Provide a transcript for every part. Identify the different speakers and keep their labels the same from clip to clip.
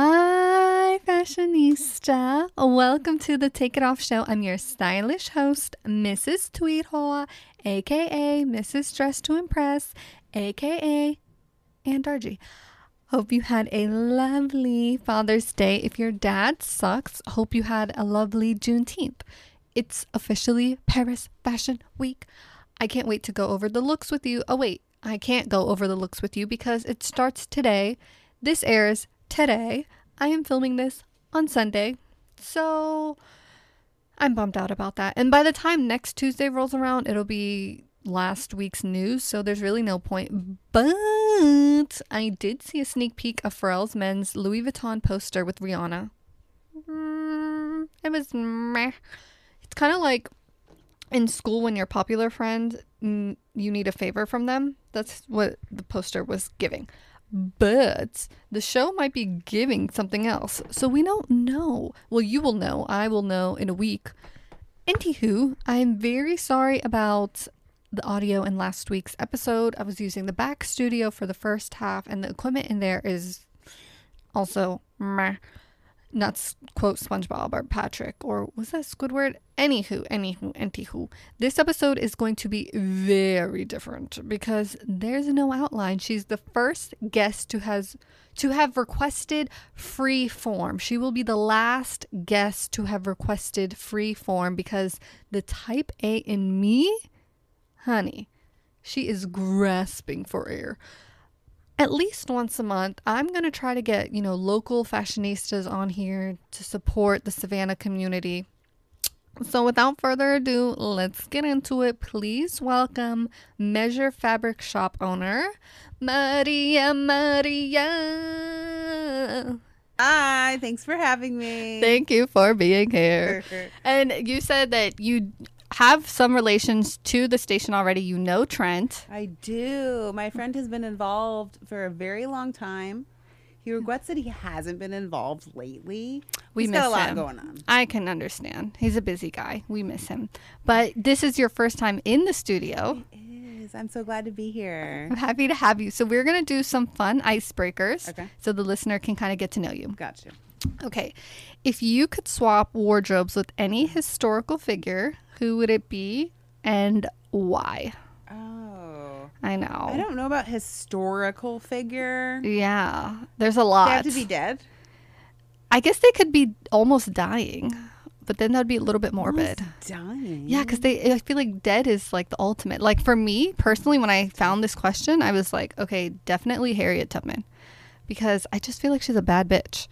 Speaker 1: Hi, fashionista. Welcome to the Take It Off Show. I'm your stylish host, Mrs. Tweedhole, aka Mrs. Dress to Impress, aka Aunt Argy. Hope you had a lovely Father's Day. If your dad sucks, hope you had a lovely Juneteenth. It's officially Paris Fashion Week. I can't wait to go over the looks with you. Oh, wait, I can't go over the looks with you because it starts today. This airs today. I am filming this on Sunday. So I'm bummed out about that. And by the time next Tuesday rolls around, it'll be last week's news. So there's really no point. But I did see a sneak peek of Pharrell's men's Louis Vuitton poster with Rihanna. Mm, it was meh. It's kind of like in school when your popular friend mm, you need a favor from them that's what the poster was giving but the show might be giving something else so we don't know well you will know i will know in a week anywho i am very sorry about the audio in last week's episode i was using the back studio for the first half and the equipment in there is also meh not s- quote SpongeBob or Patrick or was that Squidward? Anywho, anywho, anywho. This episode is going to be very different because there's no outline. She's the first guest to has to have requested free form. She will be the last guest to have requested free form because the type A in me, honey, she is grasping for air at least once a month i'm going to try to get you know local fashionistas on here to support the savannah community so without further ado let's get into it please welcome measure fabric shop owner maria maria
Speaker 2: Hi, thanks for having me.
Speaker 1: thank you for being here and you said that you have some relations to the station already you know trent
Speaker 2: I do. My friend has been involved for a very long time. He regrets that he hasn't been involved lately.
Speaker 1: We
Speaker 2: He's
Speaker 1: miss
Speaker 2: got a lot
Speaker 1: him.
Speaker 2: going on.
Speaker 1: I can understand. He's a busy guy. We miss him. But this is your first time in the studio.
Speaker 2: It is. I'm so glad to be here.
Speaker 1: I'm happy to have you. So we're going to do some fun icebreakers
Speaker 2: Okay.
Speaker 1: so the listener can kind of get to know you.
Speaker 2: Gotcha.
Speaker 1: Okay. If you could swap wardrobes with any historical figure, who would it be and why?
Speaker 2: Oh,
Speaker 1: I know.
Speaker 2: I don't know about historical figure.
Speaker 1: yeah. There's a
Speaker 2: They have
Speaker 1: lot.
Speaker 2: to be dead.
Speaker 1: I guess they could be almost dying, but then that would be a little bit morbid.
Speaker 2: Dying.
Speaker 1: Yeah, because they I feel like dead is like the ultimate. Like for me personally, when I found this question, I was like, okay, definitely Harriet Tubman, because I just feel like she's a bad bitch.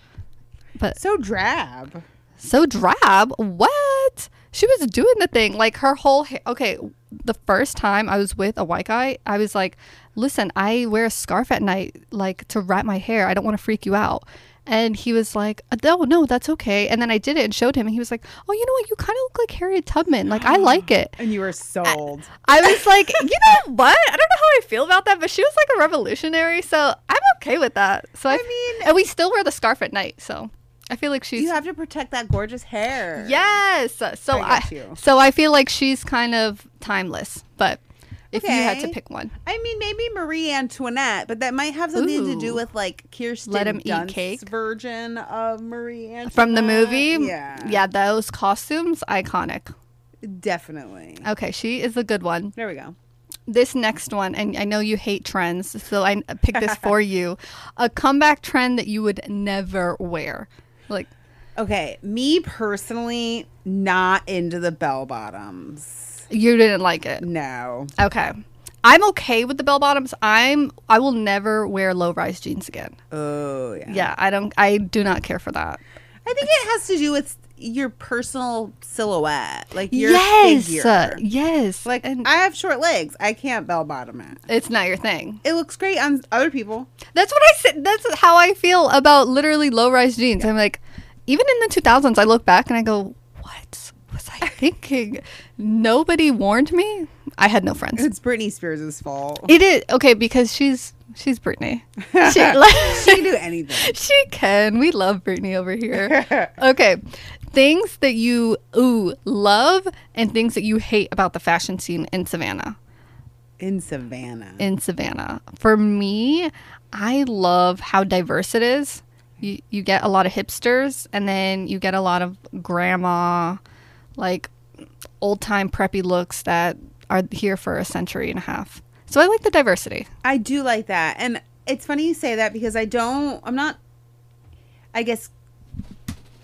Speaker 1: But
Speaker 2: So drab.
Speaker 1: so drab, what? She was doing the thing like her whole. Ha- okay, the first time I was with a white guy, I was like, listen, I wear a scarf at night, like to wrap my hair. I don't want to freak you out. And he was like, "Uh, no, no, that's okay. And then I did it and showed him, and he was like, oh, you know what? You kind of look like Harriet Tubman. Like I like it.
Speaker 2: And you were sold.
Speaker 1: I was like, you know what? I don't know how I feel about that, but she was like a revolutionary, so I'm okay with that. So I, mean, and we still wear the scarf at night, so I feel like she's
Speaker 2: you have to protect that gorgeous hair.
Speaker 1: yes. So
Speaker 2: I
Speaker 1: I,
Speaker 2: get you.
Speaker 1: so I feel like she's kind of timeless. But if you had to
Speaker 2: Okay.
Speaker 1: pick one,
Speaker 2: I mean, maybe Marie Antoinette, but that might have something to
Speaker 1: Ooh.
Speaker 2: do with like Kirsten
Speaker 1: Let 'em eat
Speaker 2: Dunst's
Speaker 1: cake.
Speaker 2: version of Marie Antoinette
Speaker 1: from the movie,
Speaker 2: Yeah,
Speaker 1: Uh, yeah, those costumes iconic.
Speaker 2: definitely.
Speaker 1: Okay, she is a good one.
Speaker 2: There we go.
Speaker 1: this next one, and I know you hate trends, so I picked this for you. A comeback trend that you would never wear. Like,
Speaker 2: Okay, me personally, not into the bell bottoms.
Speaker 1: you didn't like it.
Speaker 2: No,
Speaker 1: Okay. I'm okay with the bell bottoms. I'm I will never wear low rise jeans again.
Speaker 2: oh yeah.
Speaker 1: Yeah, I don't I do not care for that.
Speaker 2: I think it has to do with your personal silhouette, like your
Speaker 1: yes.
Speaker 2: figure.
Speaker 1: uh, yes.
Speaker 2: like
Speaker 1: and
Speaker 2: I have short legs, I can't bell bottom it.
Speaker 1: it's not your thing.
Speaker 2: It looks great on other people.
Speaker 1: That's what I said. That's how I feel about literally low rise jeans. I'm like, even in the 2000s, I look back and I go, what was I thinking? Nobody warned me. I had no friends.
Speaker 2: It's Britney Spears' fault.
Speaker 1: it is okay because she's she's Britney. She, like,
Speaker 2: she can do anything.
Speaker 1: she can. We love Britney over here. Okay, things that you ooh love and things that you hate about the fashion scene in Savannah.
Speaker 2: in Savannah.
Speaker 1: in Savannah. For me, I love how diverse it is. You, you get a lot of hipsters, and then you get a lot of grandma, like old time preppy looks that are here for a century and a half. So I like the diversity.
Speaker 2: I do like that. And it's funny you say that because I don't, I'm not, I guess,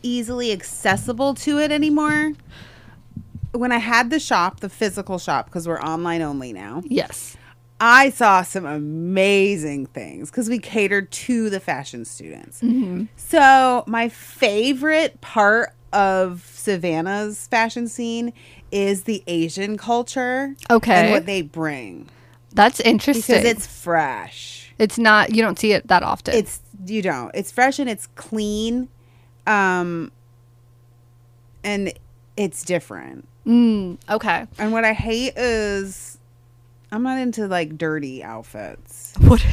Speaker 2: easily accessible to it anymore. When I had the shop, the physical shop, because we're online only now,
Speaker 1: Yes.
Speaker 2: I saw some amazing things because we catered to the fashion students.
Speaker 1: Mm-hmm.
Speaker 2: So, my favorite part of Savannah's fashion scene is the Asian culture and
Speaker 1: Okay.
Speaker 2: what they bring
Speaker 1: That's
Speaker 2: because
Speaker 1: interesting.
Speaker 2: it's fresh.
Speaker 1: it's not, you don't see it that often.
Speaker 2: it's you don't it's fresh and it's clean um and it's different
Speaker 1: mm, okay.
Speaker 2: and what i hate is i'm not into like dirty outfits
Speaker 1: What,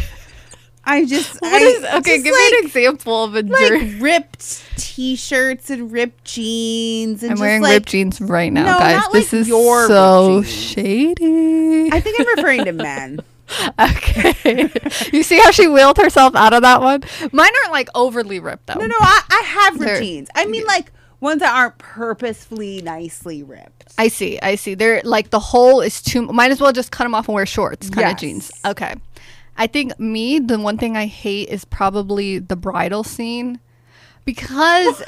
Speaker 2: i just
Speaker 1: what
Speaker 2: I,
Speaker 1: is, okay,
Speaker 2: just
Speaker 1: give me an example of a
Speaker 2: like,
Speaker 1: dirty.
Speaker 2: like ripped t-shirts and ripped jeans and
Speaker 1: I'm
Speaker 2: just
Speaker 1: wearing
Speaker 2: like
Speaker 1: ripped jeans right now,
Speaker 2: No,
Speaker 1: guys.
Speaker 2: not
Speaker 1: This
Speaker 2: like
Speaker 1: is
Speaker 2: your ripped
Speaker 1: so
Speaker 2: jeans.
Speaker 1: shady.
Speaker 2: i think i'm referring to men
Speaker 1: Okay. you see how she wheeled herself out of that one? Mine aren't like overly ripped though.
Speaker 2: no no i, I have ripped
Speaker 1: They're-
Speaker 2: jeans i mean like ones that aren't purposefully nicely ripped
Speaker 1: I see. I see. They're like the hole is too. Might as well just cut them off and wear shorts kind
Speaker 2: Yes.
Speaker 1: of jeans. Okay. I think me, the one thing I hate is probably the bridal scene because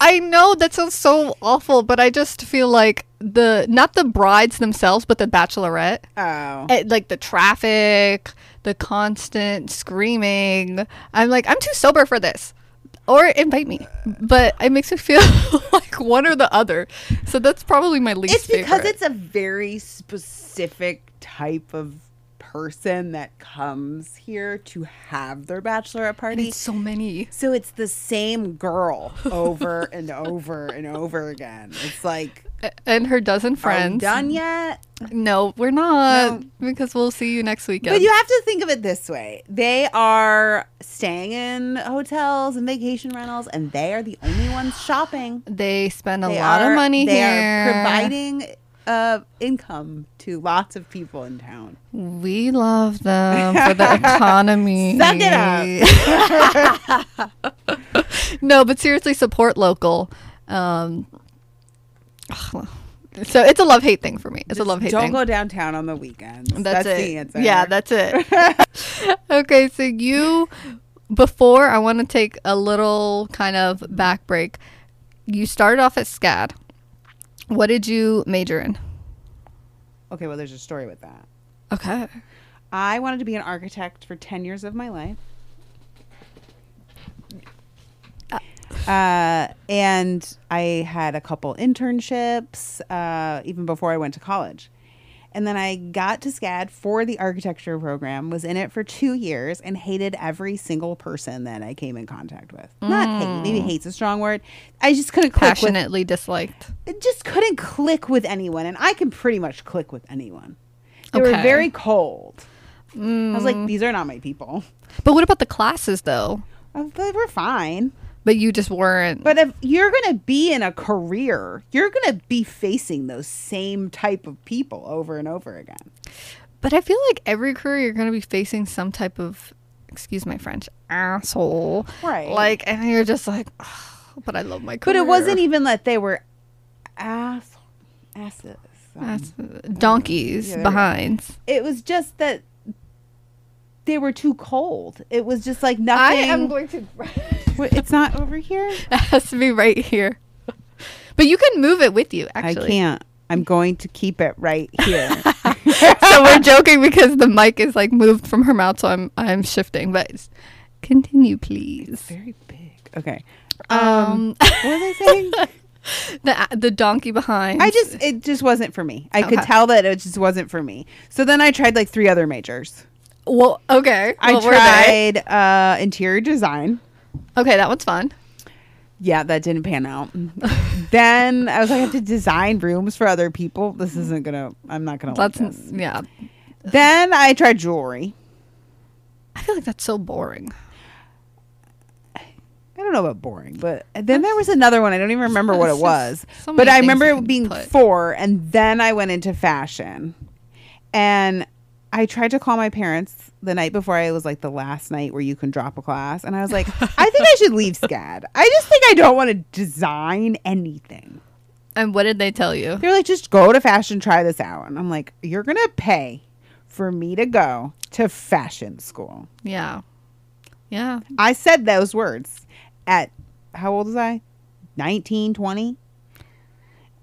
Speaker 1: I know that sounds so awful, but I just feel like the not the brides themselves, but the bachelorette.
Speaker 2: oh
Speaker 1: at, eh, like the traffic, the constant screaming. I'm like, I'm too sober for this. Or invite me. But it makes me feel like one or the other. So that's probably my least
Speaker 2: it's because
Speaker 1: favorite.
Speaker 2: it's a very specific type of person that comes here to have their bachelorette
Speaker 1: And
Speaker 2: party.
Speaker 1: it's so many.
Speaker 2: so it's the same girl over and over and over again. It's like
Speaker 1: A- And her dozen friends.
Speaker 2: friends done yet?
Speaker 1: No, we're not. Because we'll see you next weekend.
Speaker 2: But you have to think of it this way: they are staying in hotels and vacation rentals, and they are the only ones shopping.
Speaker 1: they spend a
Speaker 2: They
Speaker 1: lot
Speaker 2: are-
Speaker 1: of money
Speaker 2: they
Speaker 1: here.
Speaker 2: are providing uh, income to lots of people in town.
Speaker 1: We love them for the economy.
Speaker 2: Suck it
Speaker 1: no, but seriously, support local. Um, ugh, so it's a love hate thing for me. It's a love hate
Speaker 2: Don't
Speaker 1: thing.
Speaker 2: go downtown on the weekends.
Speaker 1: that's,
Speaker 2: That's,
Speaker 1: it.
Speaker 2: the answer.
Speaker 1: Yeah, that's it. okay, so you before I want to take a little kind of back break. You started off at SCAD. What did you major in?
Speaker 2: okay. Well, there's a story with that.
Speaker 1: Okay.
Speaker 2: I wanted to be an architect for ten years of my life, uh, and I had a couple internships uh, even before I went to college. And then I got to SCAD for the architecture program, was in it for two years, and hated every single person that I came in contact with. Not hate,
Speaker 1: Mm.
Speaker 2: maybe hate's a strong word. I just couldn't click with
Speaker 1: Passionately disliked.
Speaker 2: it just couldn't click with anyone and i can pretty much click with anyone they were
Speaker 1: Okay.
Speaker 2: very cold i was like
Speaker 1: Mm.
Speaker 2: these are not my people
Speaker 1: But what about the classes though?
Speaker 2: Uh, they were fine
Speaker 1: But you just weren't.
Speaker 2: but if you're gonna be in a career you're gonna be facing those same type of people over and over again
Speaker 1: But I feel like every career you're going to be facing some type of, excuse my French, asshole.
Speaker 2: right
Speaker 1: Like, and you're just like, "Ugh, but I love my
Speaker 2: but
Speaker 1: career.
Speaker 2: it wasn't e- even that they were ass asses um,
Speaker 1: That's- uh, donkeys
Speaker 2: Yeah, there we go.
Speaker 1: behind.
Speaker 2: it was just that they were too cold it was just like
Speaker 1: I
Speaker 2: nothing
Speaker 1: am going to.
Speaker 2: Wait, it's not over here
Speaker 1: it has to be right here. But you can move it with you, actually.
Speaker 2: I can't. I'm going to keep it right here.
Speaker 1: so we're joking because the mic is like moved from her mouth, so I'm I'm shifting. But s- continue, please.
Speaker 2: Very big. Okay. Um,
Speaker 1: Um,
Speaker 2: what was I saying?
Speaker 1: the the donkey behind.
Speaker 2: I just it just wasn't for me. I could
Speaker 1: Okay.
Speaker 2: tell that it just wasn't for me. So then I tried like three other majors.
Speaker 1: well okay.
Speaker 2: I
Speaker 1: What were they?
Speaker 2: tried uh interior design.
Speaker 1: Okay, that one's fun.
Speaker 2: Yeah, that didn't pan out. then I was like, I have to design rooms for other people. This isn't gonna. I'm not gonna.
Speaker 1: Mm. That's
Speaker 2: like this.
Speaker 1: yeah.
Speaker 2: Then I tried jewelry.
Speaker 1: I feel like that's so boring.
Speaker 2: I don't know about boring, but then there was another one. I don't even remember what it
Speaker 1: It's just
Speaker 2: was.
Speaker 1: so
Speaker 2: but
Speaker 1: many
Speaker 2: I
Speaker 1: things
Speaker 2: remember
Speaker 1: you
Speaker 2: it
Speaker 1: can
Speaker 2: being
Speaker 1: put.
Speaker 2: four, and then I went into fashion. And I tried to call my parents the night before. I was like the last night where you can drop a class, and I was like, I think I should leave SCAD. I just think I don't want to design anything.
Speaker 1: And what did they tell you?
Speaker 2: They're like, just go to fashion, try this out, and I'm like, you're gonna pay for me to go to fashion school.
Speaker 1: Yeah. Yeah.
Speaker 2: I said those words at how old was I? 19, 20.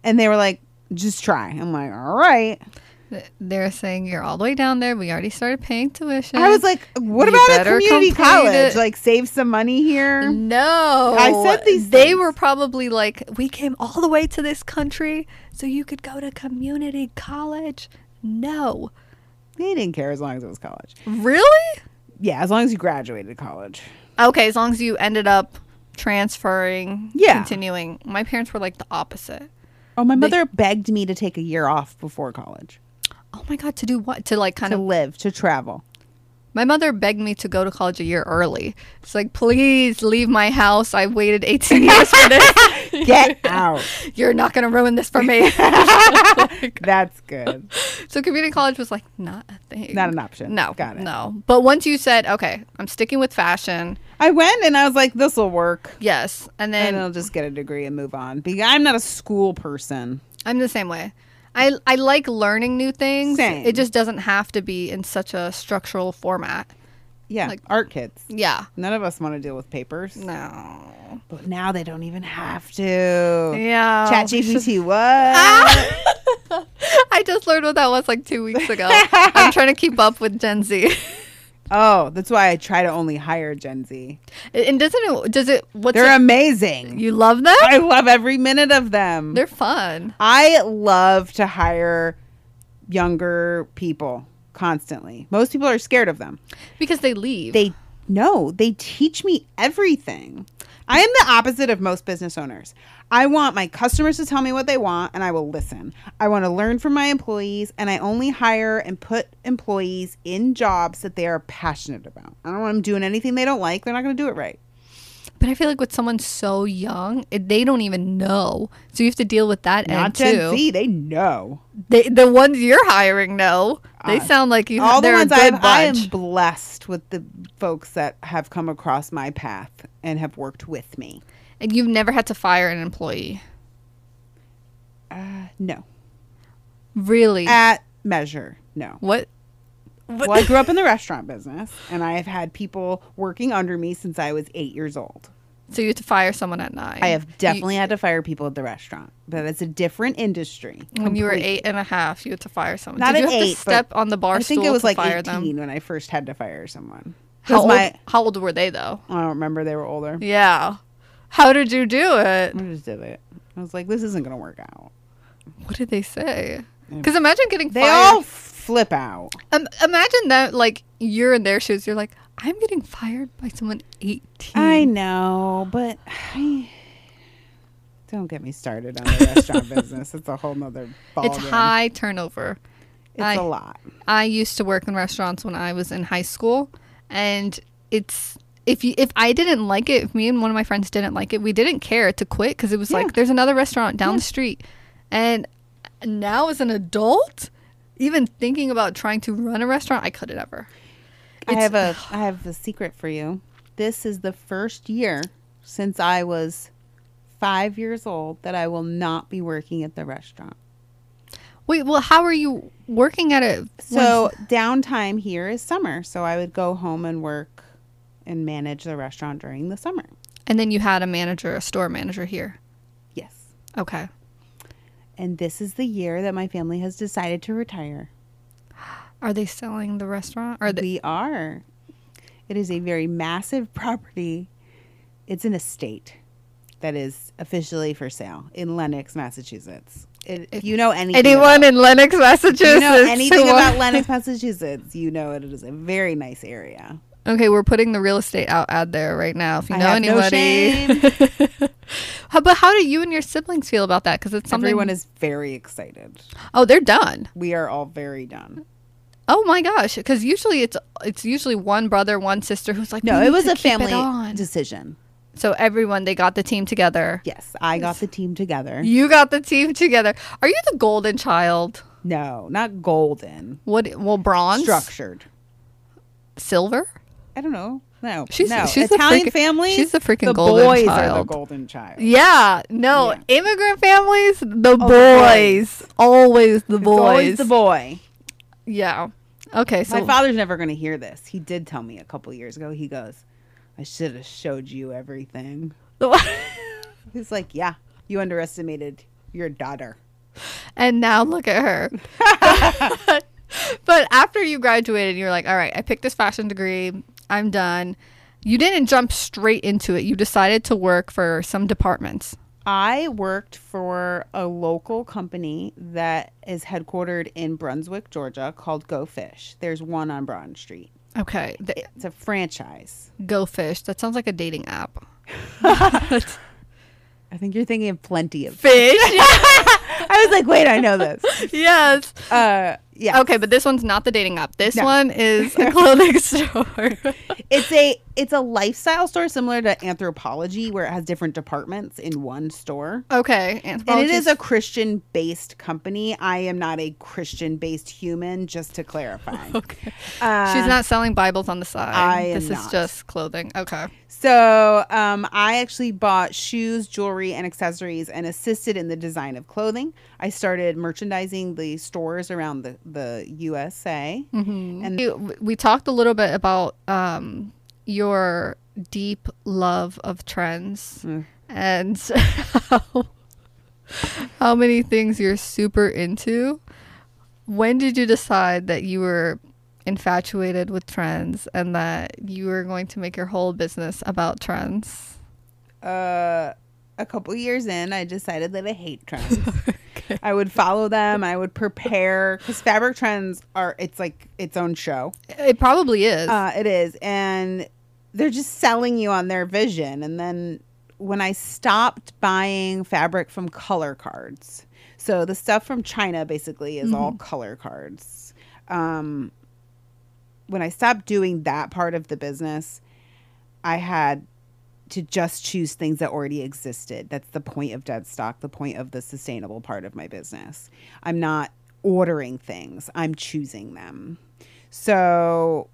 Speaker 2: And they were like, just try. I'm like, all right.
Speaker 1: Th- They're saying you're all the way down there. We already started paying tuition.
Speaker 2: I was like, what
Speaker 1: You
Speaker 2: about a
Speaker 1: better
Speaker 2: community
Speaker 1: complete
Speaker 2: college?
Speaker 1: it. Mm-hmm.
Speaker 2: Like, save some money here.
Speaker 1: no.
Speaker 2: I said these
Speaker 1: They
Speaker 2: things.
Speaker 1: were probably like, we came all the way to this country so you could go to community college. No.
Speaker 2: They didn't care as long as it was college.
Speaker 1: Really?
Speaker 2: Yeah, as long as you graduated college.
Speaker 1: Okay, as long as you ended up transferring,
Speaker 2: Yeah.
Speaker 1: continuing. My parents were like the opposite.
Speaker 2: Oh, my mother begged me to take a year off before college
Speaker 1: Oh my god, to do what? To like kind
Speaker 2: to
Speaker 1: of
Speaker 2: live, to travel.
Speaker 1: My mother begged me to go to college a year early. She's like, please leave my house. I've waited 18 years for this.
Speaker 2: Get out.
Speaker 1: You're not going to ruin this for me.
Speaker 2: That's good.
Speaker 1: so, community college was like, not a thing.
Speaker 2: Not an option.
Speaker 1: No.
Speaker 2: Got it.
Speaker 1: No. But once you said, okay, I'm sticking with fashion,
Speaker 2: I went and I was like, this will work.
Speaker 1: yes. And
Speaker 2: And, uh,
Speaker 1: then
Speaker 2: I'll just get a degree and move on. Because I'm not a school person.
Speaker 1: I'm the same way. I, I like learning new things.
Speaker 2: Same.
Speaker 1: It just doesn't have to be in such a structural format.
Speaker 2: Yeah,
Speaker 1: Like-
Speaker 2: art kids.
Speaker 1: Yeah.
Speaker 2: None of us want to deal with papers.
Speaker 1: No.
Speaker 2: But now they don't even have to.
Speaker 1: Yeah. Ah!
Speaker 2: Chat GPT what?
Speaker 1: I just learned what that was like two weeks ago. I'm trying to keep up with Gen Z.
Speaker 2: Oh, that's why I try to only hire Gen Z.
Speaker 1: And doesn't it? Does it? What's
Speaker 2: They're
Speaker 1: it,
Speaker 2: amazing.
Speaker 1: you love them?
Speaker 2: I love every minute of them.
Speaker 1: They're fun.
Speaker 2: I love to hire younger people constantly. Most people are scared of them.
Speaker 1: Because they leave.
Speaker 2: They no, they teach me everything. I am the opposite of most business owners. I want my customers to tell me what they want and I will listen. I want to learn from my employees and I only hire and put employees in jobs that they are passionate about. I don't want them doing anything they don't like. They're not going to do it right.
Speaker 1: but I feel like with someone so young, it, they don't even know. So you have to deal with that
Speaker 2: Not
Speaker 1: end
Speaker 2: Gen
Speaker 1: too.
Speaker 2: Z, they know.
Speaker 1: They, the ones you're hiring know. They
Speaker 2: Uh,
Speaker 1: sound like you.
Speaker 2: All the
Speaker 1: they're
Speaker 2: ones
Speaker 1: a good
Speaker 2: I've, I am
Speaker 1: bunch.
Speaker 2: blessed with the folks that have come across my path and have worked with me.
Speaker 1: and you've never had to fire an employee,
Speaker 2: Uh, no.
Speaker 1: really?
Speaker 2: At measure, no.
Speaker 1: what?
Speaker 2: Well, I grew up in the restaurant business, and I have had people working under me since I was eight years old.
Speaker 1: So you have to fire someone at nine.
Speaker 2: I have definitely had to fire people at the restaurant, but it's a different industry.
Speaker 1: when you were
Speaker 2: completely.
Speaker 1: eight and a half, you had to fire someone.
Speaker 2: Not
Speaker 1: Did you
Speaker 2: at
Speaker 1: have
Speaker 2: eight,
Speaker 1: to
Speaker 2: but
Speaker 1: step on the bar
Speaker 2: I think
Speaker 1: stool
Speaker 2: it was
Speaker 1: to
Speaker 2: like
Speaker 1: fire
Speaker 2: 18
Speaker 1: them?
Speaker 2: when I first had to fire someone. 'Cause
Speaker 1: How old,
Speaker 2: my-
Speaker 1: how old were they though?
Speaker 2: I don't remember they were older.
Speaker 1: Yeah. How did you do it?
Speaker 2: I just did it. I was like, this isn't going to work out.
Speaker 1: What did they say? Because imagine getting
Speaker 2: They
Speaker 1: fired.
Speaker 2: all flip out.
Speaker 1: um, imagine that, like you're in their shoes. You're like, I'm getting fired by someone 18.
Speaker 2: I know, but I don't get me started on the restaurant business. It's a whole nother ball.
Speaker 1: it's high turnover.
Speaker 2: It's
Speaker 1: I-
Speaker 2: a lot.
Speaker 1: I used to work in restaurants when I was in high school, and it's if you if I didn't like it, if me and one of my friends didn't like it, we didn't care to quit because it was
Speaker 2: Yeah.
Speaker 1: like there's another restaurant down the street, and now as an adult, even thinking about trying to run a restaurant, I couldn't ever.
Speaker 2: I
Speaker 1: It's-
Speaker 2: have a I have a secret for you. This is the first year since I was five years old that I will not be working at the restaurant.
Speaker 1: Wait, well, how are you working at it?
Speaker 2: So downtime here is summer, so I would go home and work and manage the restaurant during the summer.
Speaker 1: and then you had a manager, a store manager here.
Speaker 2: Yes.
Speaker 1: Okay.
Speaker 2: And this is the year that my family has decided to retire.
Speaker 1: Are they selling the restaurant? Are they?
Speaker 2: we are. It is a very massive property. It's an estate that is officially for sale in Lenox, Massachusetts. It, if you know anything,
Speaker 1: Anyone in Lenox, Massachusetts?
Speaker 2: about, you know
Speaker 1: who
Speaker 2: anything
Speaker 1: wants-
Speaker 2: about Lenox, Massachusetts, you know it is a very nice area.
Speaker 1: Okay, we're putting the real estate out ad there right now. If you
Speaker 2: I
Speaker 1: know
Speaker 2: have no
Speaker 1: anybody, how, but how do you and your siblings feel about that? Because it's something.
Speaker 2: Everyone is very excited.
Speaker 1: oh, they're done.
Speaker 2: We are all very done.
Speaker 1: Oh my gosh! Because usually it's it's usually one brother, one sister who's like,
Speaker 2: No,
Speaker 1: "We
Speaker 2: it
Speaker 1: need
Speaker 2: was
Speaker 1: to
Speaker 2: a
Speaker 1: keep it
Speaker 2: family
Speaker 1: on."
Speaker 2: decision.
Speaker 1: so everyone they got the team together.
Speaker 2: Yes, I got the team together.
Speaker 1: You got the team together. Are you the golden child?
Speaker 2: No, not golden.
Speaker 1: What? Well, bronze,
Speaker 2: Structured.
Speaker 1: silver.
Speaker 2: I don't know. No,
Speaker 1: She's-
Speaker 2: no.
Speaker 1: she's the
Speaker 2: Italian
Speaker 1: freaking-
Speaker 2: families.
Speaker 1: she's the freaking
Speaker 2: the
Speaker 1: golden
Speaker 2: boys are the
Speaker 1: child.
Speaker 2: golden child.
Speaker 1: Yeah, no,
Speaker 2: Yeah.
Speaker 1: immigrant families, the
Speaker 2: the
Speaker 1: boys, always the
Speaker 2: It's always
Speaker 1: boys.
Speaker 2: the boy.
Speaker 1: yeah. Okay, so
Speaker 2: My father's never going to hear this. He did tell me a couple years ago. He goes, "I should have showed you everything." He's like, "Yeah, you underestimated your daughter."
Speaker 1: and now look at her. but after you graduated, you were like, all right, I picked this fashion degree. I'm done. You didn't jump straight into it. You decided to work for some departments.
Speaker 2: I worked for a local company that is headquartered in Brunswick, Georgia, called Go Fish. There's one on Broad Street.
Speaker 1: Okay, th-
Speaker 2: It's a franchise.
Speaker 1: Go Fish. That sounds like a dating app.
Speaker 2: I think you're thinking of plenty of.
Speaker 1: Fish.
Speaker 2: I was like, wait, I know this.
Speaker 1: yes.
Speaker 2: Uh, yeah,
Speaker 1: Okay, but this one's not the dating app. This
Speaker 2: No.
Speaker 1: one is a clothing store.
Speaker 2: it's a it's a lifestyle store similar to Anthropology, where it has different departments in one store.
Speaker 1: okay,
Speaker 2: And it
Speaker 1: anthropology.
Speaker 2: is a Christian based company. I am not a Christian based human, just to clarify.
Speaker 1: Okay.
Speaker 2: Uh,
Speaker 1: She's not selling Bibles on the side.
Speaker 2: I am
Speaker 1: this is
Speaker 2: not.
Speaker 1: just clothing. Okay.
Speaker 2: So um, I actually bought shoes, jewelry, and accessories and assisted in the design of clothing. I started merchandising the stores around the, the USA.
Speaker 1: And we, we talked a little bit about um, your deep love of trends and how, how many things you're super into. When did you decide that you were infatuated with trends and that you were going to make your whole business about trends?
Speaker 2: Uh, a couple years in, I decided that I hate trends. I would follow them. I would prepare because fabric trends are, it's like its own show.
Speaker 1: It probably is.
Speaker 2: Uh, it is. And they're just selling you on their vision. And then when I stopped buying fabric from color cards, so the stuff from China basically is all color cards. Um, when I stopped doing that part of the business, I had to just choose things that already existed. That's the point of dead stock, the point of the sustainable part of my business. I'm not ordering things, I'm choosing them. So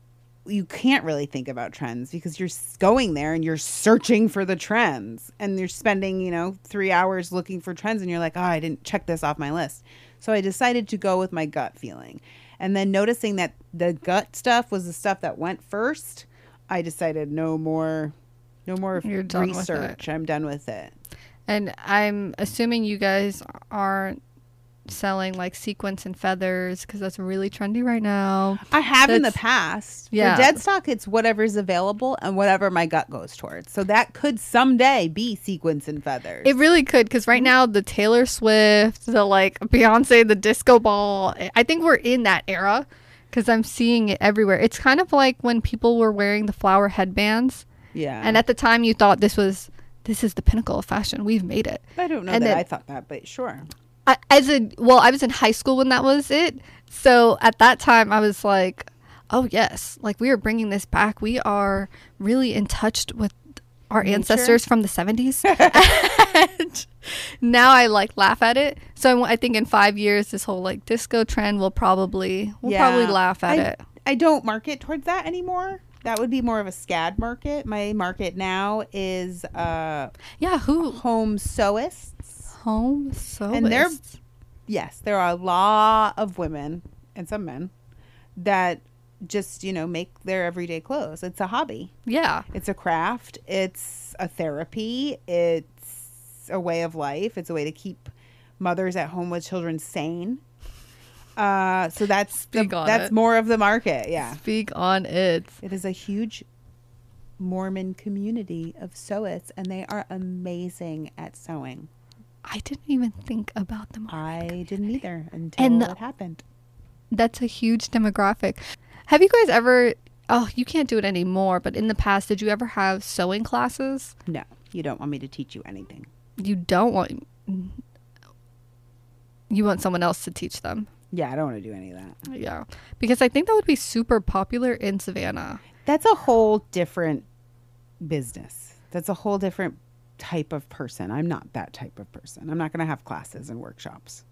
Speaker 2: you can't really think about trends because you're s- going there and you're searching for the trends and you're spending, you know, three hours looking for trends and you're like, oh, I didn't check this off my list. So I decided to go with my gut feeling. And then noticing that the gut stuff was the stuff that went first, I decided no more, no more
Speaker 1: You're done with it.
Speaker 2: research. I'm done with it.
Speaker 1: And I'm assuming you guys aren't selling like sequins and feathers because that's really trendy right now.
Speaker 2: I have in the
Speaker 1: That's-
Speaker 2: past.
Speaker 1: Yeah.
Speaker 2: For dead stock, it's whatever's available and whatever my gut goes towards. So that could someday be sequins and feathers.
Speaker 1: It really could because right now the Taylor Swift, the like Beyonce, the disco ball. eh, I- I think we're in that era because I'm seeing it everywhere. It's kind of like when people were wearing the flower headbands,
Speaker 2: yeah.
Speaker 1: and at the time you thought this was this is the pinnacle of fashion. We've made it.
Speaker 2: I don't know
Speaker 1: And
Speaker 2: that
Speaker 1: then-
Speaker 2: I thought that, but sure.
Speaker 1: I, as a well, I was in high school when that was it. So at that time, I was like, "Oh yes, like we are bringing this back. We are really in touch with our ancestors from the '70s." and now I like laugh at it. So I, wa- I think in five years, this whole like disco trend will probably we'll probably laugh at
Speaker 2: I,
Speaker 1: it.
Speaker 2: I don't market towards that anymore. That would be more of a SCAD market. My market now is uh,
Speaker 1: Yeah, who
Speaker 2: home sewists.
Speaker 1: home so
Speaker 2: And they're- Yes, there are a lot of women and some men that just, you know, make their everyday clothes. It's a hobby.
Speaker 1: yeah.
Speaker 2: It's a craft. It's a therapy. It's a way of life. It's a way to keep mothers at home with children sane. Uh, so that's the,
Speaker 1: Speak on
Speaker 2: that's
Speaker 1: it.
Speaker 2: more of the market. Yeah,
Speaker 1: Speak on it.
Speaker 2: it is a huge Mormon community of sewists, and they are amazing at sewing.
Speaker 1: I didn't even think about the market.
Speaker 2: I didn't either until
Speaker 1: And the-
Speaker 2: it happened.
Speaker 1: That's a huge demographic. Have you guys ever? Oh, you can't do it anymore. But in the past, did you ever have sewing classes?
Speaker 2: No, you don't want me to teach you anything.
Speaker 1: You don't want. You want someone else to teach them.
Speaker 2: Yeah, I don't want to do any of that.
Speaker 1: Yeah, because I think that would be super popular in Savannah.
Speaker 2: That's a whole different business. That's a whole different type of person. I'm not that type of person. I'm not going to have classes and workshops.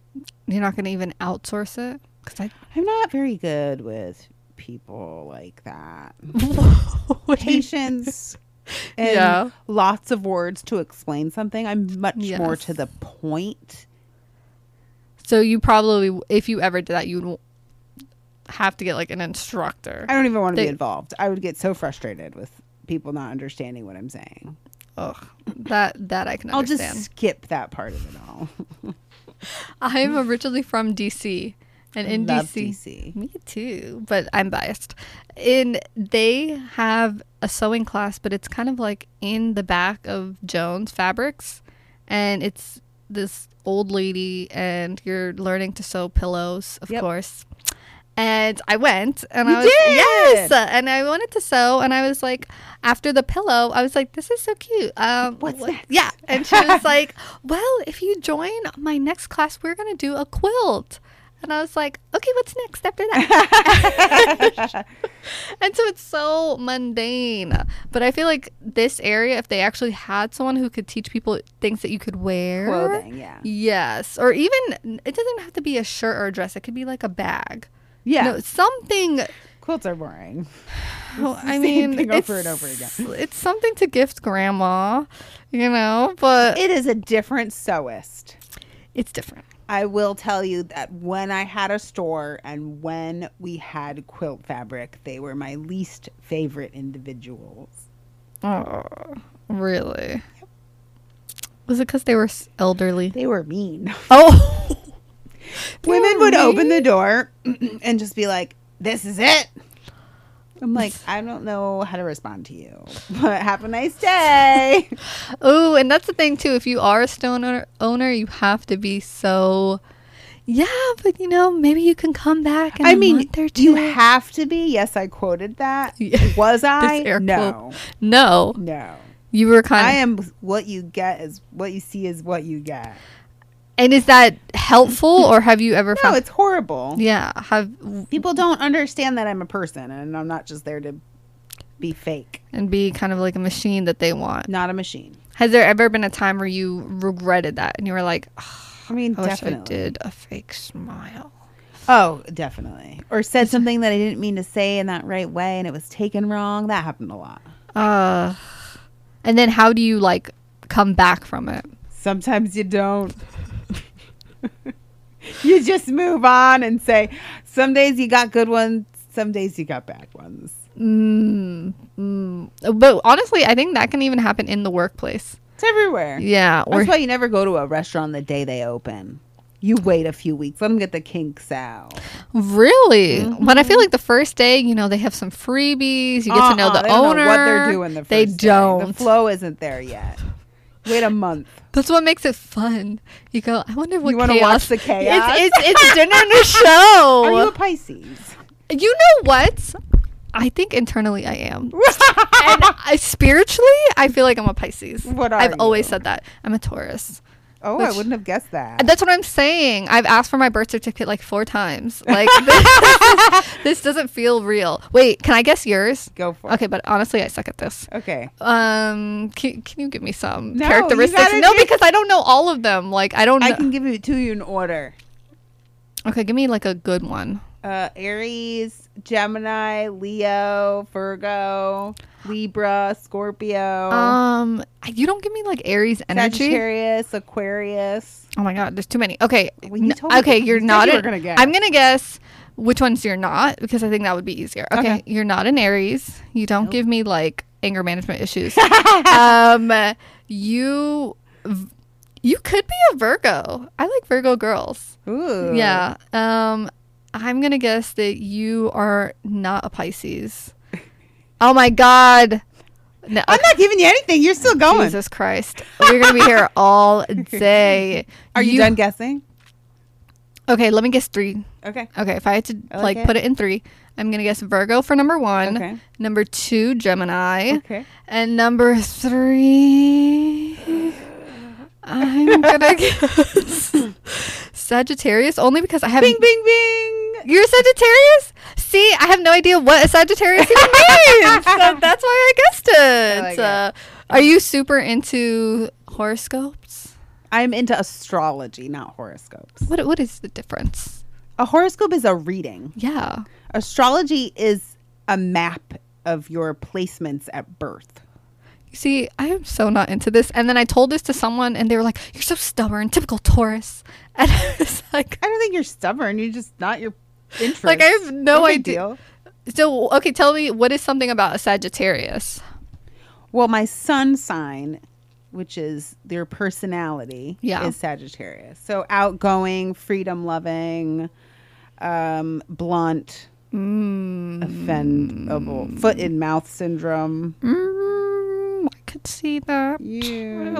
Speaker 1: You're not going to even outsource it? Because I.
Speaker 2: I'm not very good with people like that.
Speaker 1: Whoa,
Speaker 2: Patience and
Speaker 1: Yeah.
Speaker 2: lots of words to explain something. I'm much more
Speaker 1: Yes.
Speaker 2: to the point.
Speaker 1: So you probably, if you ever did that, you would have to get like an instructor.
Speaker 2: I don't even want to
Speaker 1: They-
Speaker 2: be involved. I would get so frustrated with people not understanding what I'm saying.
Speaker 1: Ugh, that that I can
Speaker 2: I'll just
Speaker 1: understand.
Speaker 2: skip that part of it all.
Speaker 1: I'm originally from DC, and in
Speaker 2: Love
Speaker 1: DC,
Speaker 2: DC.
Speaker 1: me too, but I'm biased. And they have a sewing class, but it's kind of like in the back of Jones Fabrics, and it's this old lady, and you're learning to sew pillows, of
Speaker 2: Yep.
Speaker 1: course. And I went, and
Speaker 2: You
Speaker 1: I was
Speaker 2: did!
Speaker 1: yes, and I wanted to sew, and I was like, after the pillow, I was like, this is so cute. Um,
Speaker 2: What's next?
Speaker 1: Yeah, and she was like, well, if you join my next class, we're gonna do a quilt. And I was like, okay, what's next after that? and so it's so mundane. But I feel like this area, if they actually had someone who could teach people things that you could wear,
Speaker 2: Clothing, yeah.
Speaker 1: yes, or even it doesn't have to be a shirt or a dress. It could be like a bag.
Speaker 2: Yeah.
Speaker 1: No, something.
Speaker 2: Quilts are boring.
Speaker 1: Well, Oh, I
Speaker 2: same
Speaker 1: mean,
Speaker 2: thing over
Speaker 1: it's-
Speaker 2: and over again.
Speaker 1: It's something to gift grandma, you know, but
Speaker 2: It is a different sewist.
Speaker 1: it's different.
Speaker 2: I will tell you that when I had a store and when we had quilt fabric, they were my least favorite individuals.
Speaker 1: Oh, really? Was it because they were s- elderly?
Speaker 2: They were mean.
Speaker 1: Oh, They
Speaker 2: Women
Speaker 1: were
Speaker 2: would open
Speaker 1: mean?
Speaker 2: the door and just be like, "This is it." I'm like, I don't know how to respond to you, but have a nice day.
Speaker 1: oh, and that's the thing too. If you are a stone owner, owner, you have to be so. Yeah, but you know, maybe you can come back. In
Speaker 2: I
Speaker 1: a
Speaker 2: mean,
Speaker 1: month or
Speaker 2: you
Speaker 1: two."
Speaker 2: have to be. Yes, I quoted that.
Speaker 1: Yeah.
Speaker 2: Was I?
Speaker 1: air
Speaker 2: No,
Speaker 1: no,
Speaker 2: no.
Speaker 1: you were kind
Speaker 2: I
Speaker 1: of.
Speaker 2: am what you get is what you see is what you get.
Speaker 1: And is that helpful, or have you ever
Speaker 2: No,
Speaker 1: found?
Speaker 2: it's horrible.
Speaker 1: Yeah, have
Speaker 2: People don't understand that I'm a person and I'm not just there to be fake.
Speaker 1: and be kind of like a machine that they want.
Speaker 2: Not a machine.
Speaker 1: Has there ever been a time where you regretted that and you were like, "Ugh,
Speaker 2: I mean,
Speaker 1: I wish
Speaker 2: definitely.
Speaker 1: I did a fake smile?
Speaker 2: Oh, definitely. Or said something that I didn't mean to say in that right way and it was taken wrong. That happened a lot.
Speaker 1: Uh, and then how do you like come back from it?
Speaker 2: Sometimes you don't. you just move on and say, some days you got good ones, some days you got bad ones.
Speaker 1: Mm, mm. But honestly, I think that can even happen in the workplace.
Speaker 2: It's everywhere.
Speaker 1: Yeah. Or
Speaker 2: That's why you never go to a restaurant the day they open. You wait a few weeks. Let them get the kinks out.
Speaker 1: really,
Speaker 2: Mm-hmm.
Speaker 1: but I feel like the first day, you know, they have some freebies. You get to know
Speaker 2: Uh-uh,
Speaker 1: the
Speaker 2: they don't
Speaker 1: owner.
Speaker 2: know what they're doing. The first
Speaker 1: they
Speaker 2: day. The
Speaker 1: don't.
Speaker 2: flow isn't there yet. Wait a month.
Speaker 1: That's what makes it fun. You go. I wonder what
Speaker 2: You
Speaker 1: want
Speaker 2: wanna
Speaker 1: to
Speaker 2: watch the chaos?
Speaker 1: It's it's, it's dinner and a show.
Speaker 2: Are you a Pisces?
Speaker 1: You know what? I think internally I am.
Speaker 2: Oh,
Speaker 1: and I, spiritually, I feel like I'm a Pisces.
Speaker 2: What are
Speaker 1: I've always
Speaker 2: you?
Speaker 1: said that. I'm a Taurus.
Speaker 2: Oh, I
Speaker 1: Which-
Speaker 2: wouldn't have guessed that.
Speaker 1: And That's what I'm saying. I've asked for my birth certificate like four times. Like this, this doesn't feel real. Wait, can I guess yours?
Speaker 2: Go for
Speaker 1: Okay, but honestly, I suck at this.
Speaker 2: it. Okay.
Speaker 1: Um, can, can you give me some
Speaker 2: No, you
Speaker 1: characteristics?
Speaker 2: gotta
Speaker 1: No,
Speaker 2: do-
Speaker 1: because I don't know all of them. Like I don't.
Speaker 2: I
Speaker 1: know-
Speaker 2: can give it to you in order.
Speaker 1: Okay, give me like a good one.
Speaker 2: Uh, Aries, Gemini, Leo, Virgo, Libra, Scorpio,
Speaker 1: Um, you don't give me like Aries energy.
Speaker 2: Oh. Sagittarius, Aquarius.
Speaker 1: Oh my god, there's too many. Okay.
Speaker 2: Well, you
Speaker 1: n-
Speaker 2: told me-
Speaker 1: okay,
Speaker 2: you
Speaker 1: you're
Speaker 2: said
Speaker 1: not
Speaker 2: you were
Speaker 1: an-
Speaker 2: gonna guess.
Speaker 1: I'm going to guess which ones you're not because I think that would be easier. Okay,
Speaker 2: Okay.
Speaker 1: you're not an Aries. You don't
Speaker 2: Nope.
Speaker 1: give me like anger management issues. um you you could be a Virgo. I like Virgo girls.
Speaker 2: Ooh.
Speaker 1: Yeah. Um I'm going to guess that you are not a Pisces. Oh my god. No,
Speaker 2: I'm not giving you anything. You're still going.
Speaker 1: Jesus Christ. We're going to be here all day.
Speaker 2: Are you, done guessing?
Speaker 1: Okay, let me guess three.
Speaker 2: Okay.
Speaker 1: Okay, if I had to
Speaker 2: I
Speaker 1: like
Speaker 2: like
Speaker 1: put it in three, I'm gonna guess Virgo for number one,
Speaker 2: Okay.
Speaker 1: number two Gemini,
Speaker 2: Okay.
Speaker 1: and number three. I'm gonna guess Sagittarius only because I haven't.
Speaker 2: Bing, bing, bing.
Speaker 1: You're a Sagittarius. See, I have no idea what a Sagittarius even means. so that's why I guessed it.
Speaker 2: like it.
Speaker 1: uh, Are you super into horoscopes?
Speaker 2: I'm into astrology, not horoscopes.
Speaker 1: What what is the difference?
Speaker 2: A horoscope is a reading.
Speaker 1: Yeah.
Speaker 2: Astrology is a map of your placements at birth.
Speaker 1: You see, I am so not into this. And then I told this to someone and they were like, You're so stubborn, typical Taurus. And I was like
Speaker 2: I don't think you're stubborn. You're just not your interest.
Speaker 1: Like I have no
Speaker 2: big
Speaker 1: idea.
Speaker 2: deal.
Speaker 1: So okay, tell me what is something about a Sagittarius?
Speaker 2: Well, my sun sign, which is their personality,
Speaker 1: Yeah.
Speaker 2: is Sagittarius. So outgoing, freedom loving, um, blunt,
Speaker 1: Hmm.
Speaker 2: Mm. offendable, foot in mouth syndrome.
Speaker 1: Mm, I could see that
Speaker 2: Yeah.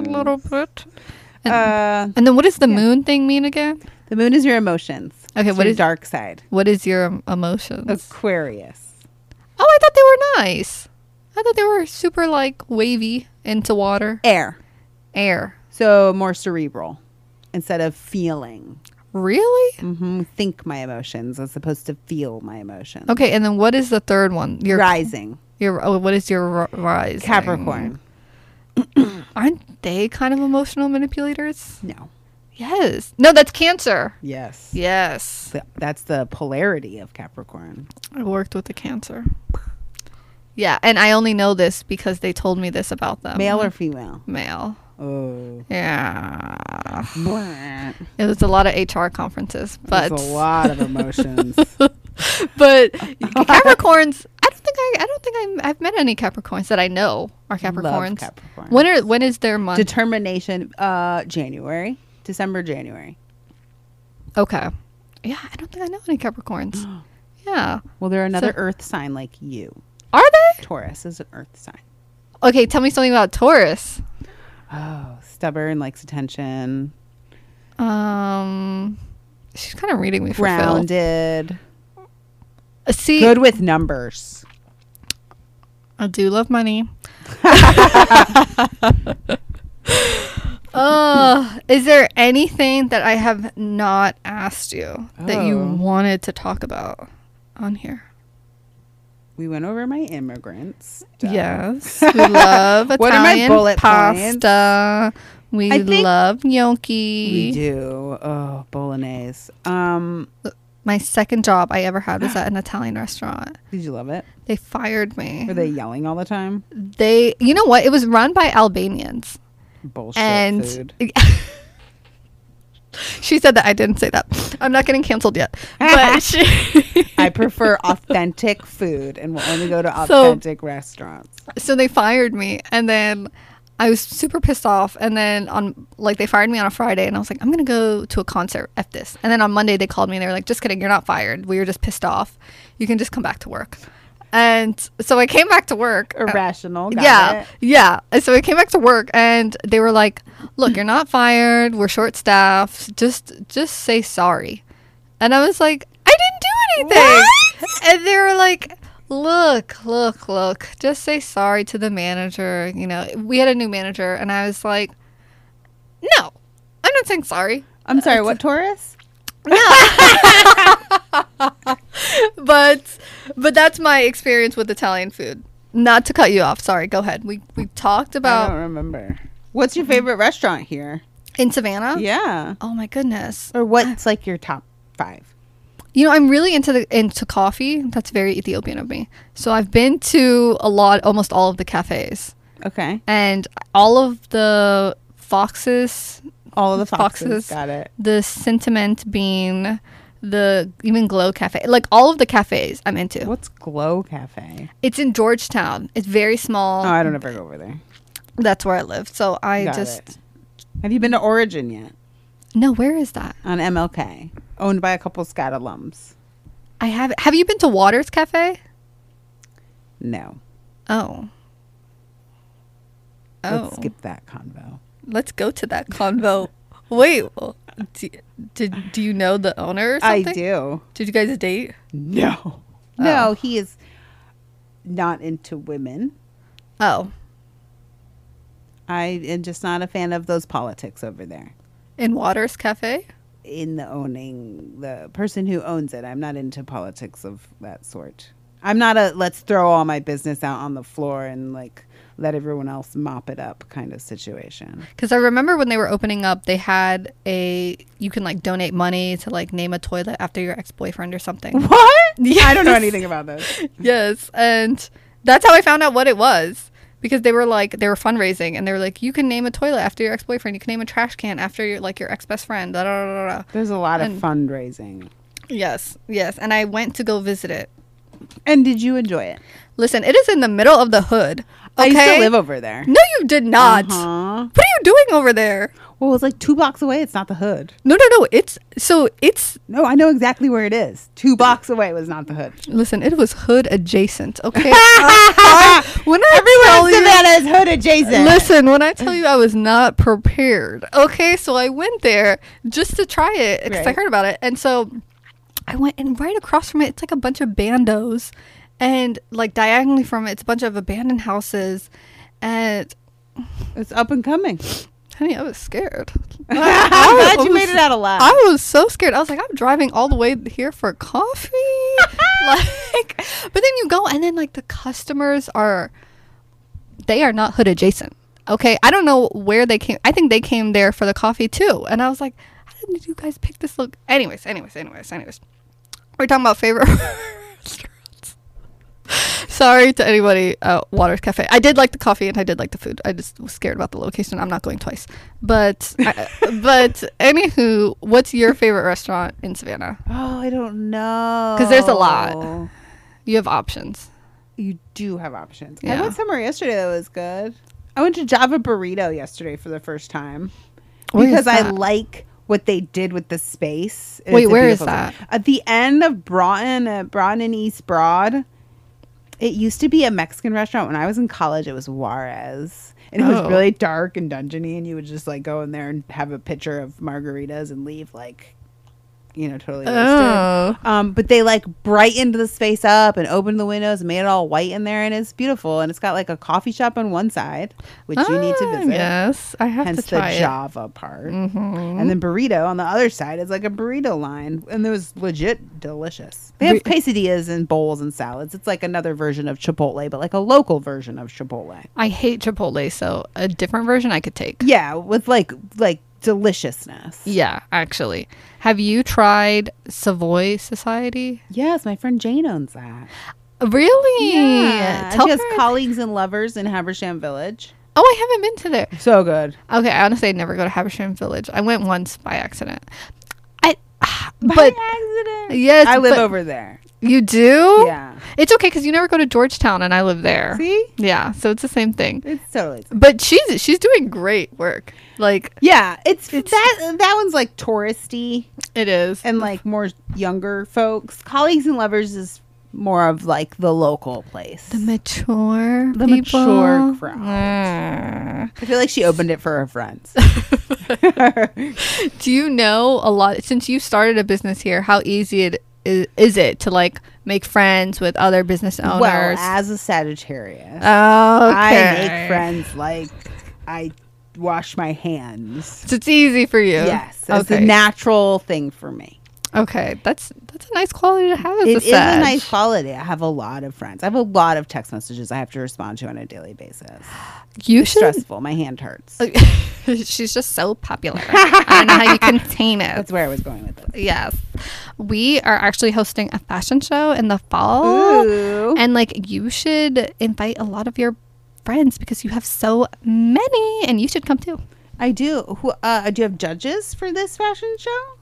Speaker 1: a little bit. And,
Speaker 2: Uh,
Speaker 1: and then what does the moon thing mean again?
Speaker 2: the moon is your emotions.
Speaker 1: Okay,
Speaker 2: It's
Speaker 1: what
Speaker 2: your
Speaker 1: is-
Speaker 2: dark side?
Speaker 1: What is your um, emotions?
Speaker 2: Aquarius.
Speaker 1: Oh, I thought they were nice. I thought they were super like wavy into water,
Speaker 2: Air.
Speaker 1: air.
Speaker 2: So more cerebral instead of feeling.
Speaker 1: Really?
Speaker 2: hmm Think my emotions as opposed to feel my emotions.
Speaker 1: Okay, and then what is the third one? Your
Speaker 2: Rising.
Speaker 1: your oh, what is your r- rise?
Speaker 2: Capricorn.
Speaker 1: Aren't they kind of emotional manipulators?
Speaker 2: No.
Speaker 1: Yes. No, that's Cancer.
Speaker 2: Yes.
Speaker 1: Yes.
Speaker 2: Th- That's the polarity of Capricorn.
Speaker 1: I worked with the Cancer. Yeah, and I only know this because they told me this about them.
Speaker 2: Male or female?
Speaker 1: male.
Speaker 2: Oh.
Speaker 1: Yeah.
Speaker 2: There's
Speaker 1: It was a lot of HR conferences, but
Speaker 2: a lot of emotions.
Speaker 1: but Capricorns. I don't think I. I don't think I'm, I've met any Capricorns that I know are Capricorns.
Speaker 2: Capricorn.
Speaker 1: When are when is their month?
Speaker 2: Determination, uh, January, December, January.
Speaker 1: okay. Yeah, I don't think I know any Capricorns. yeah,
Speaker 2: Well, they're another earth sign like you.
Speaker 1: are they?
Speaker 2: Taurus is an earth sign.
Speaker 1: Okay, tell me something about Taurus.
Speaker 2: Oh, stubborn, likes attention,
Speaker 1: Um, she's kind of reading me for Phil.
Speaker 2: grounded,
Speaker 1: Uh, See,
Speaker 2: good with numbers.
Speaker 1: I do love money. uh, is there anything that I have not asked you that you
Speaker 2: Oh.
Speaker 1: wanted to talk about on here?
Speaker 2: We went over my immigrants.
Speaker 1: Yes. We love Italian
Speaker 2: What are my bullet
Speaker 1: pasta. We
Speaker 2: I think-
Speaker 1: love gnocchi.
Speaker 2: We do. Oh, bolognese. Um,
Speaker 1: My second job I ever had was at an Italian restaurant.
Speaker 2: did you love it?
Speaker 1: They fired me.
Speaker 2: Were they yelling all the time?
Speaker 1: They, you know what? It was run by Albanians.
Speaker 2: Bullshit
Speaker 1: and
Speaker 2: food.
Speaker 1: she said that I didn't say that. I'm not getting canceled yet. But she,
Speaker 2: I prefer authentic food and will only go to authentic restaurants.
Speaker 1: so they fired me, and then I was super pissed off. And then on like they fired me on a Friday, and I was like, I'm gonna go to a concert. F this. And then on Monday they called me and they were like, Just kidding, you're not fired. We were just pissed off. You can just come back to work. And so I came back to work.
Speaker 2: Irrational. got
Speaker 1: Uh, yeah
Speaker 2: it.
Speaker 1: yeah and so i came back to work and they were like look you're not fired we're short staffed just just say sorry and i was like i didn't do anything and they were like look look look just say sorry to the manager you know we had a new manager and i was like no i'm not saying sorry
Speaker 2: I'm sorry. What Taurus?
Speaker 1: but but that's my experience with italian food not to cut you off sorry go ahead we we talked
Speaker 2: I
Speaker 1: about
Speaker 2: don't remember. What's your favorite restaurant here?
Speaker 1: in savannah
Speaker 2: Yeah.
Speaker 1: oh my goodness
Speaker 2: Or what's like your top five?
Speaker 1: You know, I'm really into the into coffee. That's very Ethiopian of me. So I've been to a lot, almost all of the cafes,
Speaker 2: Okay.
Speaker 1: and all of the foxes,
Speaker 2: All of the foxes.
Speaker 1: Foxes.
Speaker 2: Got it.
Speaker 1: the sentiment bean, the even glow cafe, like all of the cafes I'm into.
Speaker 2: What's Glow Cafe?
Speaker 1: It's in Georgetown. It's very small.
Speaker 2: Oh, I don't ever go over there.
Speaker 1: That's where I live. So I
Speaker 2: Got
Speaker 1: just
Speaker 2: it. Have you been to Origin yet?
Speaker 1: no. Where is that?
Speaker 2: On MLK, owned by a couple Scott alums.
Speaker 1: I have. Have you been to Waters Cafe?
Speaker 2: No.
Speaker 1: Oh. Oh.
Speaker 2: Let's skip that convo.
Speaker 1: let's go to that convo. Wait, well, do, did do you know the owner or
Speaker 2: I
Speaker 1: something?
Speaker 2: do.
Speaker 1: Did you guys date?
Speaker 2: No. Oh. No, he is not into women.
Speaker 1: Oh,
Speaker 2: I am just not a fan of those politics over there.
Speaker 1: in Waters Cafe.
Speaker 2: In the owning, the person who owns it, I'm not into politics of that sort. I'm not a let's throw all my business out on the floor and like let everyone else mop it up kind of situation.
Speaker 1: Because I remember when they were opening up, they had a you can like donate money to like name a toilet after your ex boyfriend or something.
Speaker 2: What? I don't know
Speaker 1: Yes.
Speaker 2: anything about this.
Speaker 1: yes, and that's how I found out what it was because they were like they were fundraising and they were like you can name a toilet after your ex boyfriend, you can name a trash can after your like your ex best friend. Da, da, da, da, da.
Speaker 2: There's a lot
Speaker 1: And-
Speaker 2: of fundraising.
Speaker 1: Yes, yes, and I went to go visit it.
Speaker 2: And did you enjoy it?
Speaker 1: Listen, it is in the middle of the hood.
Speaker 2: I
Speaker 1: Okay,
Speaker 2: used to live over there.
Speaker 1: no, you did not.
Speaker 2: Uh-huh.
Speaker 1: What are you doing over there?
Speaker 2: Well, it's like two blocks away. It's not the hood.
Speaker 1: No, no, no. It's so it's
Speaker 2: No, I know exactly where it is. Two blocks away was not the hood.
Speaker 1: Listen, it was hood adjacent, okay? I- when I tell
Speaker 2: Everyone
Speaker 1: you-
Speaker 2: in Savannah is hood adjacent.
Speaker 1: listen, when I tell you I was not prepared, okay? So I went there just to try it because I
Speaker 2: Right.
Speaker 1: heard about it. And so I went, and right across from it, it's like a bunch of bandos. And like diagonally from it, it's a bunch of abandoned houses. And
Speaker 2: It's up and coming. Oh,
Speaker 1: honey, I was scared. I,
Speaker 2: I'm glad you
Speaker 1: was-
Speaker 2: made it out alive.
Speaker 1: I was so scared. I was like, I'm driving all the way here for coffee. like, but then you go, and then like the customers are, they are not hood adjacent. Okay, I don't know where they came. I think they came there for the coffee too. And I was like, how did you guys pick this look? Anyways, anyways, anyways, anyways. We're talking about favorite restaurants. Sorry to anybody, uh, Waters Cafe. I did like the coffee and I did like the food. I just was scared about the location. I'm not going twice. But, I, but anywho, what's your favorite restaurant in Savannah?
Speaker 2: oh, I don't know.
Speaker 1: 'Cause there's a lot. You have options.
Speaker 2: You do have options. I
Speaker 1: Yeah.
Speaker 2: went somewhere yesterday that was good. I went to Java Burrito yesterday for the first time
Speaker 1: Where is
Speaker 2: because I
Speaker 1: that?
Speaker 2: like what they did with the space. And
Speaker 1: Wait,
Speaker 2: it's a
Speaker 1: where is
Speaker 2: beautiful place.
Speaker 1: that?
Speaker 2: At the end of Broughton, at Broughton and East Broad. It used to be a Mexican restaurant when I was in college. It was Juarez. And it
Speaker 1: Oh.
Speaker 2: was really dark and dungeony, and you would just like go in there and have a picture of margaritas and leave like, you know, totally. wasted.
Speaker 1: Oh,
Speaker 2: Um, but they like brightened the space up and opened the windows and made it all white in there, and it's beautiful. And it's got like a coffee shop on one side, which you need to
Speaker 1: Ah,
Speaker 2: visit.
Speaker 1: Yes, I have
Speaker 2: Hence
Speaker 1: to
Speaker 2: the
Speaker 1: try it. Mm-hmm.
Speaker 2: Java part, and then burrito on the other side is like a burrito line, and it was legit delicious. They have
Speaker 1: Re-
Speaker 2: quesadillas and bowls and salads. It's like another version of Chipotle, but like a local version of Chipotle.
Speaker 1: I hate Chipotle, so a different version I could take.
Speaker 2: Yeah, with like like deliciousness.
Speaker 1: Yeah, actually. Have you tried Savoy Society?
Speaker 2: Yes, my friend Jane owns that.
Speaker 1: Really? Tell
Speaker 2: she has
Speaker 1: her-
Speaker 2: colleagues and lovers in Haversham Village.
Speaker 1: oh, I haven't been to there.
Speaker 2: So good.
Speaker 1: Okay, I honestly I'd never go to Habersham Village. I went once by accident. I, but
Speaker 2: accident.
Speaker 1: yes,
Speaker 2: I live
Speaker 1: but-
Speaker 2: over there.
Speaker 1: You do?
Speaker 2: Yeah.
Speaker 1: It's okay because you never go to Georgetown, and I live there.
Speaker 2: See?
Speaker 1: Yeah, so it's the same thing.
Speaker 2: It's totally.
Speaker 1: But she's she's doing great work. Like
Speaker 2: Yeah, it's, that that one's like touristy
Speaker 1: it is.
Speaker 2: and like more younger folks. Colleagues and lovers is more of like the local place.
Speaker 1: the mature,
Speaker 2: The
Speaker 1: people.
Speaker 2: mature crowd.
Speaker 1: Mm.
Speaker 2: I feel like she opened it for her friends.
Speaker 1: Do you know a lot since you started a business here? How easy it is, is it to like make friends with other business owners?
Speaker 2: well, as a Sagittarius,
Speaker 1: oh,
Speaker 2: I
Speaker 1: okay.
Speaker 2: make friends like I wash my hands.
Speaker 1: So it's easy for you.
Speaker 2: Yes, it's
Speaker 1: Okay.
Speaker 2: a natural thing for me.
Speaker 1: okay. That's that's a nice quality to have as
Speaker 2: It
Speaker 1: a
Speaker 2: is
Speaker 1: Sag.
Speaker 2: a nice quality. I have a lot of friends. I have a lot of text messages I have to respond to on a daily basis.
Speaker 1: You
Speaker 2: It's
Speaker 1: should.
Speaker 2: stressful. My hand hurts.
Speaker 1: Oh, She's just so popular. I don't know how you contain it.
Speaker 2: That's where I was going with it.
Speaker 1: Yes. We are actually hosting a fashion show in the fall.
Speaker 2: Ooh.
Speaker 1: And like you should invite a lot of your friends because you have so many and you should come too.
Speaker 2: I do. Who, uh, do you have judges for this fashion show?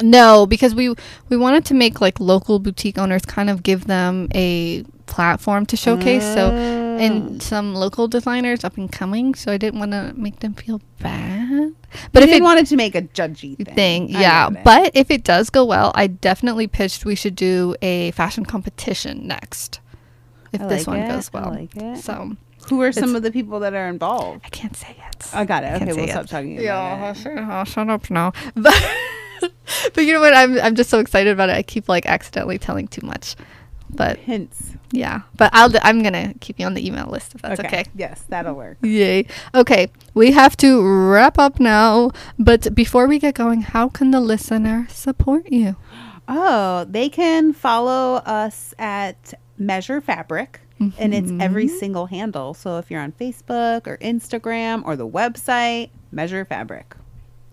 Speaker 1: No, because we we wanted to make like local boutique owners kind of give them a platform to showcase. So
Speaker 2: Ah.
Speaker 1: and some local designers up and coming. So I didn't want to make them feel bad. But
Speaker 2: But
Speaker 1: if
Speaker 2: if you
Speaker 1: it
Speaker 2: wanted to make a judgy thing,
Speaker 1: thing,
Speaker 2: I
Speaker 1: yeah.
Speaker 2: got it.
Speaker 1: But if it does go well, I definitely pitched we should do a fashion competition next. If
Speaker 2: I
Speaker 1: this
Speaker 2: like
Speaker 1: one
Speaker 2: it.
Speaker 1: goes
Speaker 2: I
Speaker 1: well.
Speaker 2: like it.
Speaker 1: So
Speaker 2: who are some of the people that are involved?
Speaker 1: I can't say yet.
Speaker 2: I got it.
Speaker 1: can't
Speaker 2: Okay,
Speaker 1: say
Speaker 2: we'll
Speaker 1: yet.
Speaker 2: stop talking about
Speaker 1: Yeah,
Speaker 2: it.
Speaker 1: shut up, shut up now. But, but you know what? I'm I'm just so excited about it. I keep like accidentally telling too much. But
Speaker 2: Hints.
Speaker 1: yeah, but I'll I'm gonna keep you on the email list if that's okay.
Speaker 2: Yes, that'll work.
Speaker 1: Yay. Okay, we have to wrap up now. But before we get going, how can the listener support you?
Speaker 2: Oh, they can follow us at measure fabric and it's every
Speaker 1: Mm-hmm.
Speaker 2: single handle. So if you're on Facebook or Instagram or the website, measure fabric.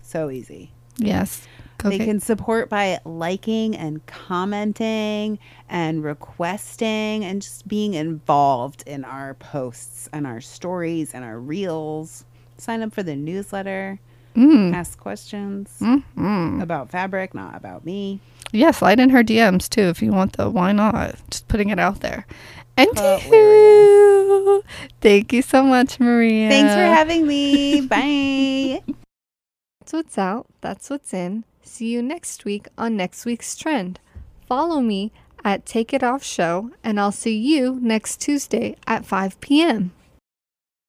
Speaker 2: So easy.
Speaker 1: Yes. Okay.
Speaker 2: They can support by liking and commenting and requesting and just being involved in our posts and our stories and our reels. Sign up for the newsletter,
Speaker 1: Mm.
Speaker 2: ask questions
Speaker 1: Mhm.
Speaker 2: about fabric, not about me.
Speaker 1: Yeah, slide in her DMs too if you want the why not? Just putting it out there. Anywho,
Speaker 2: Hilarious.
Speaker 1: thank you so much, Maria.
Speaker 2: Thanks for having me. Bye.
Speaker 1: That's what's out. That's what's in. See you next week on next week's trend. Follow me at Take It Off Show, and I'll see you next Tuesday at 5 p.m.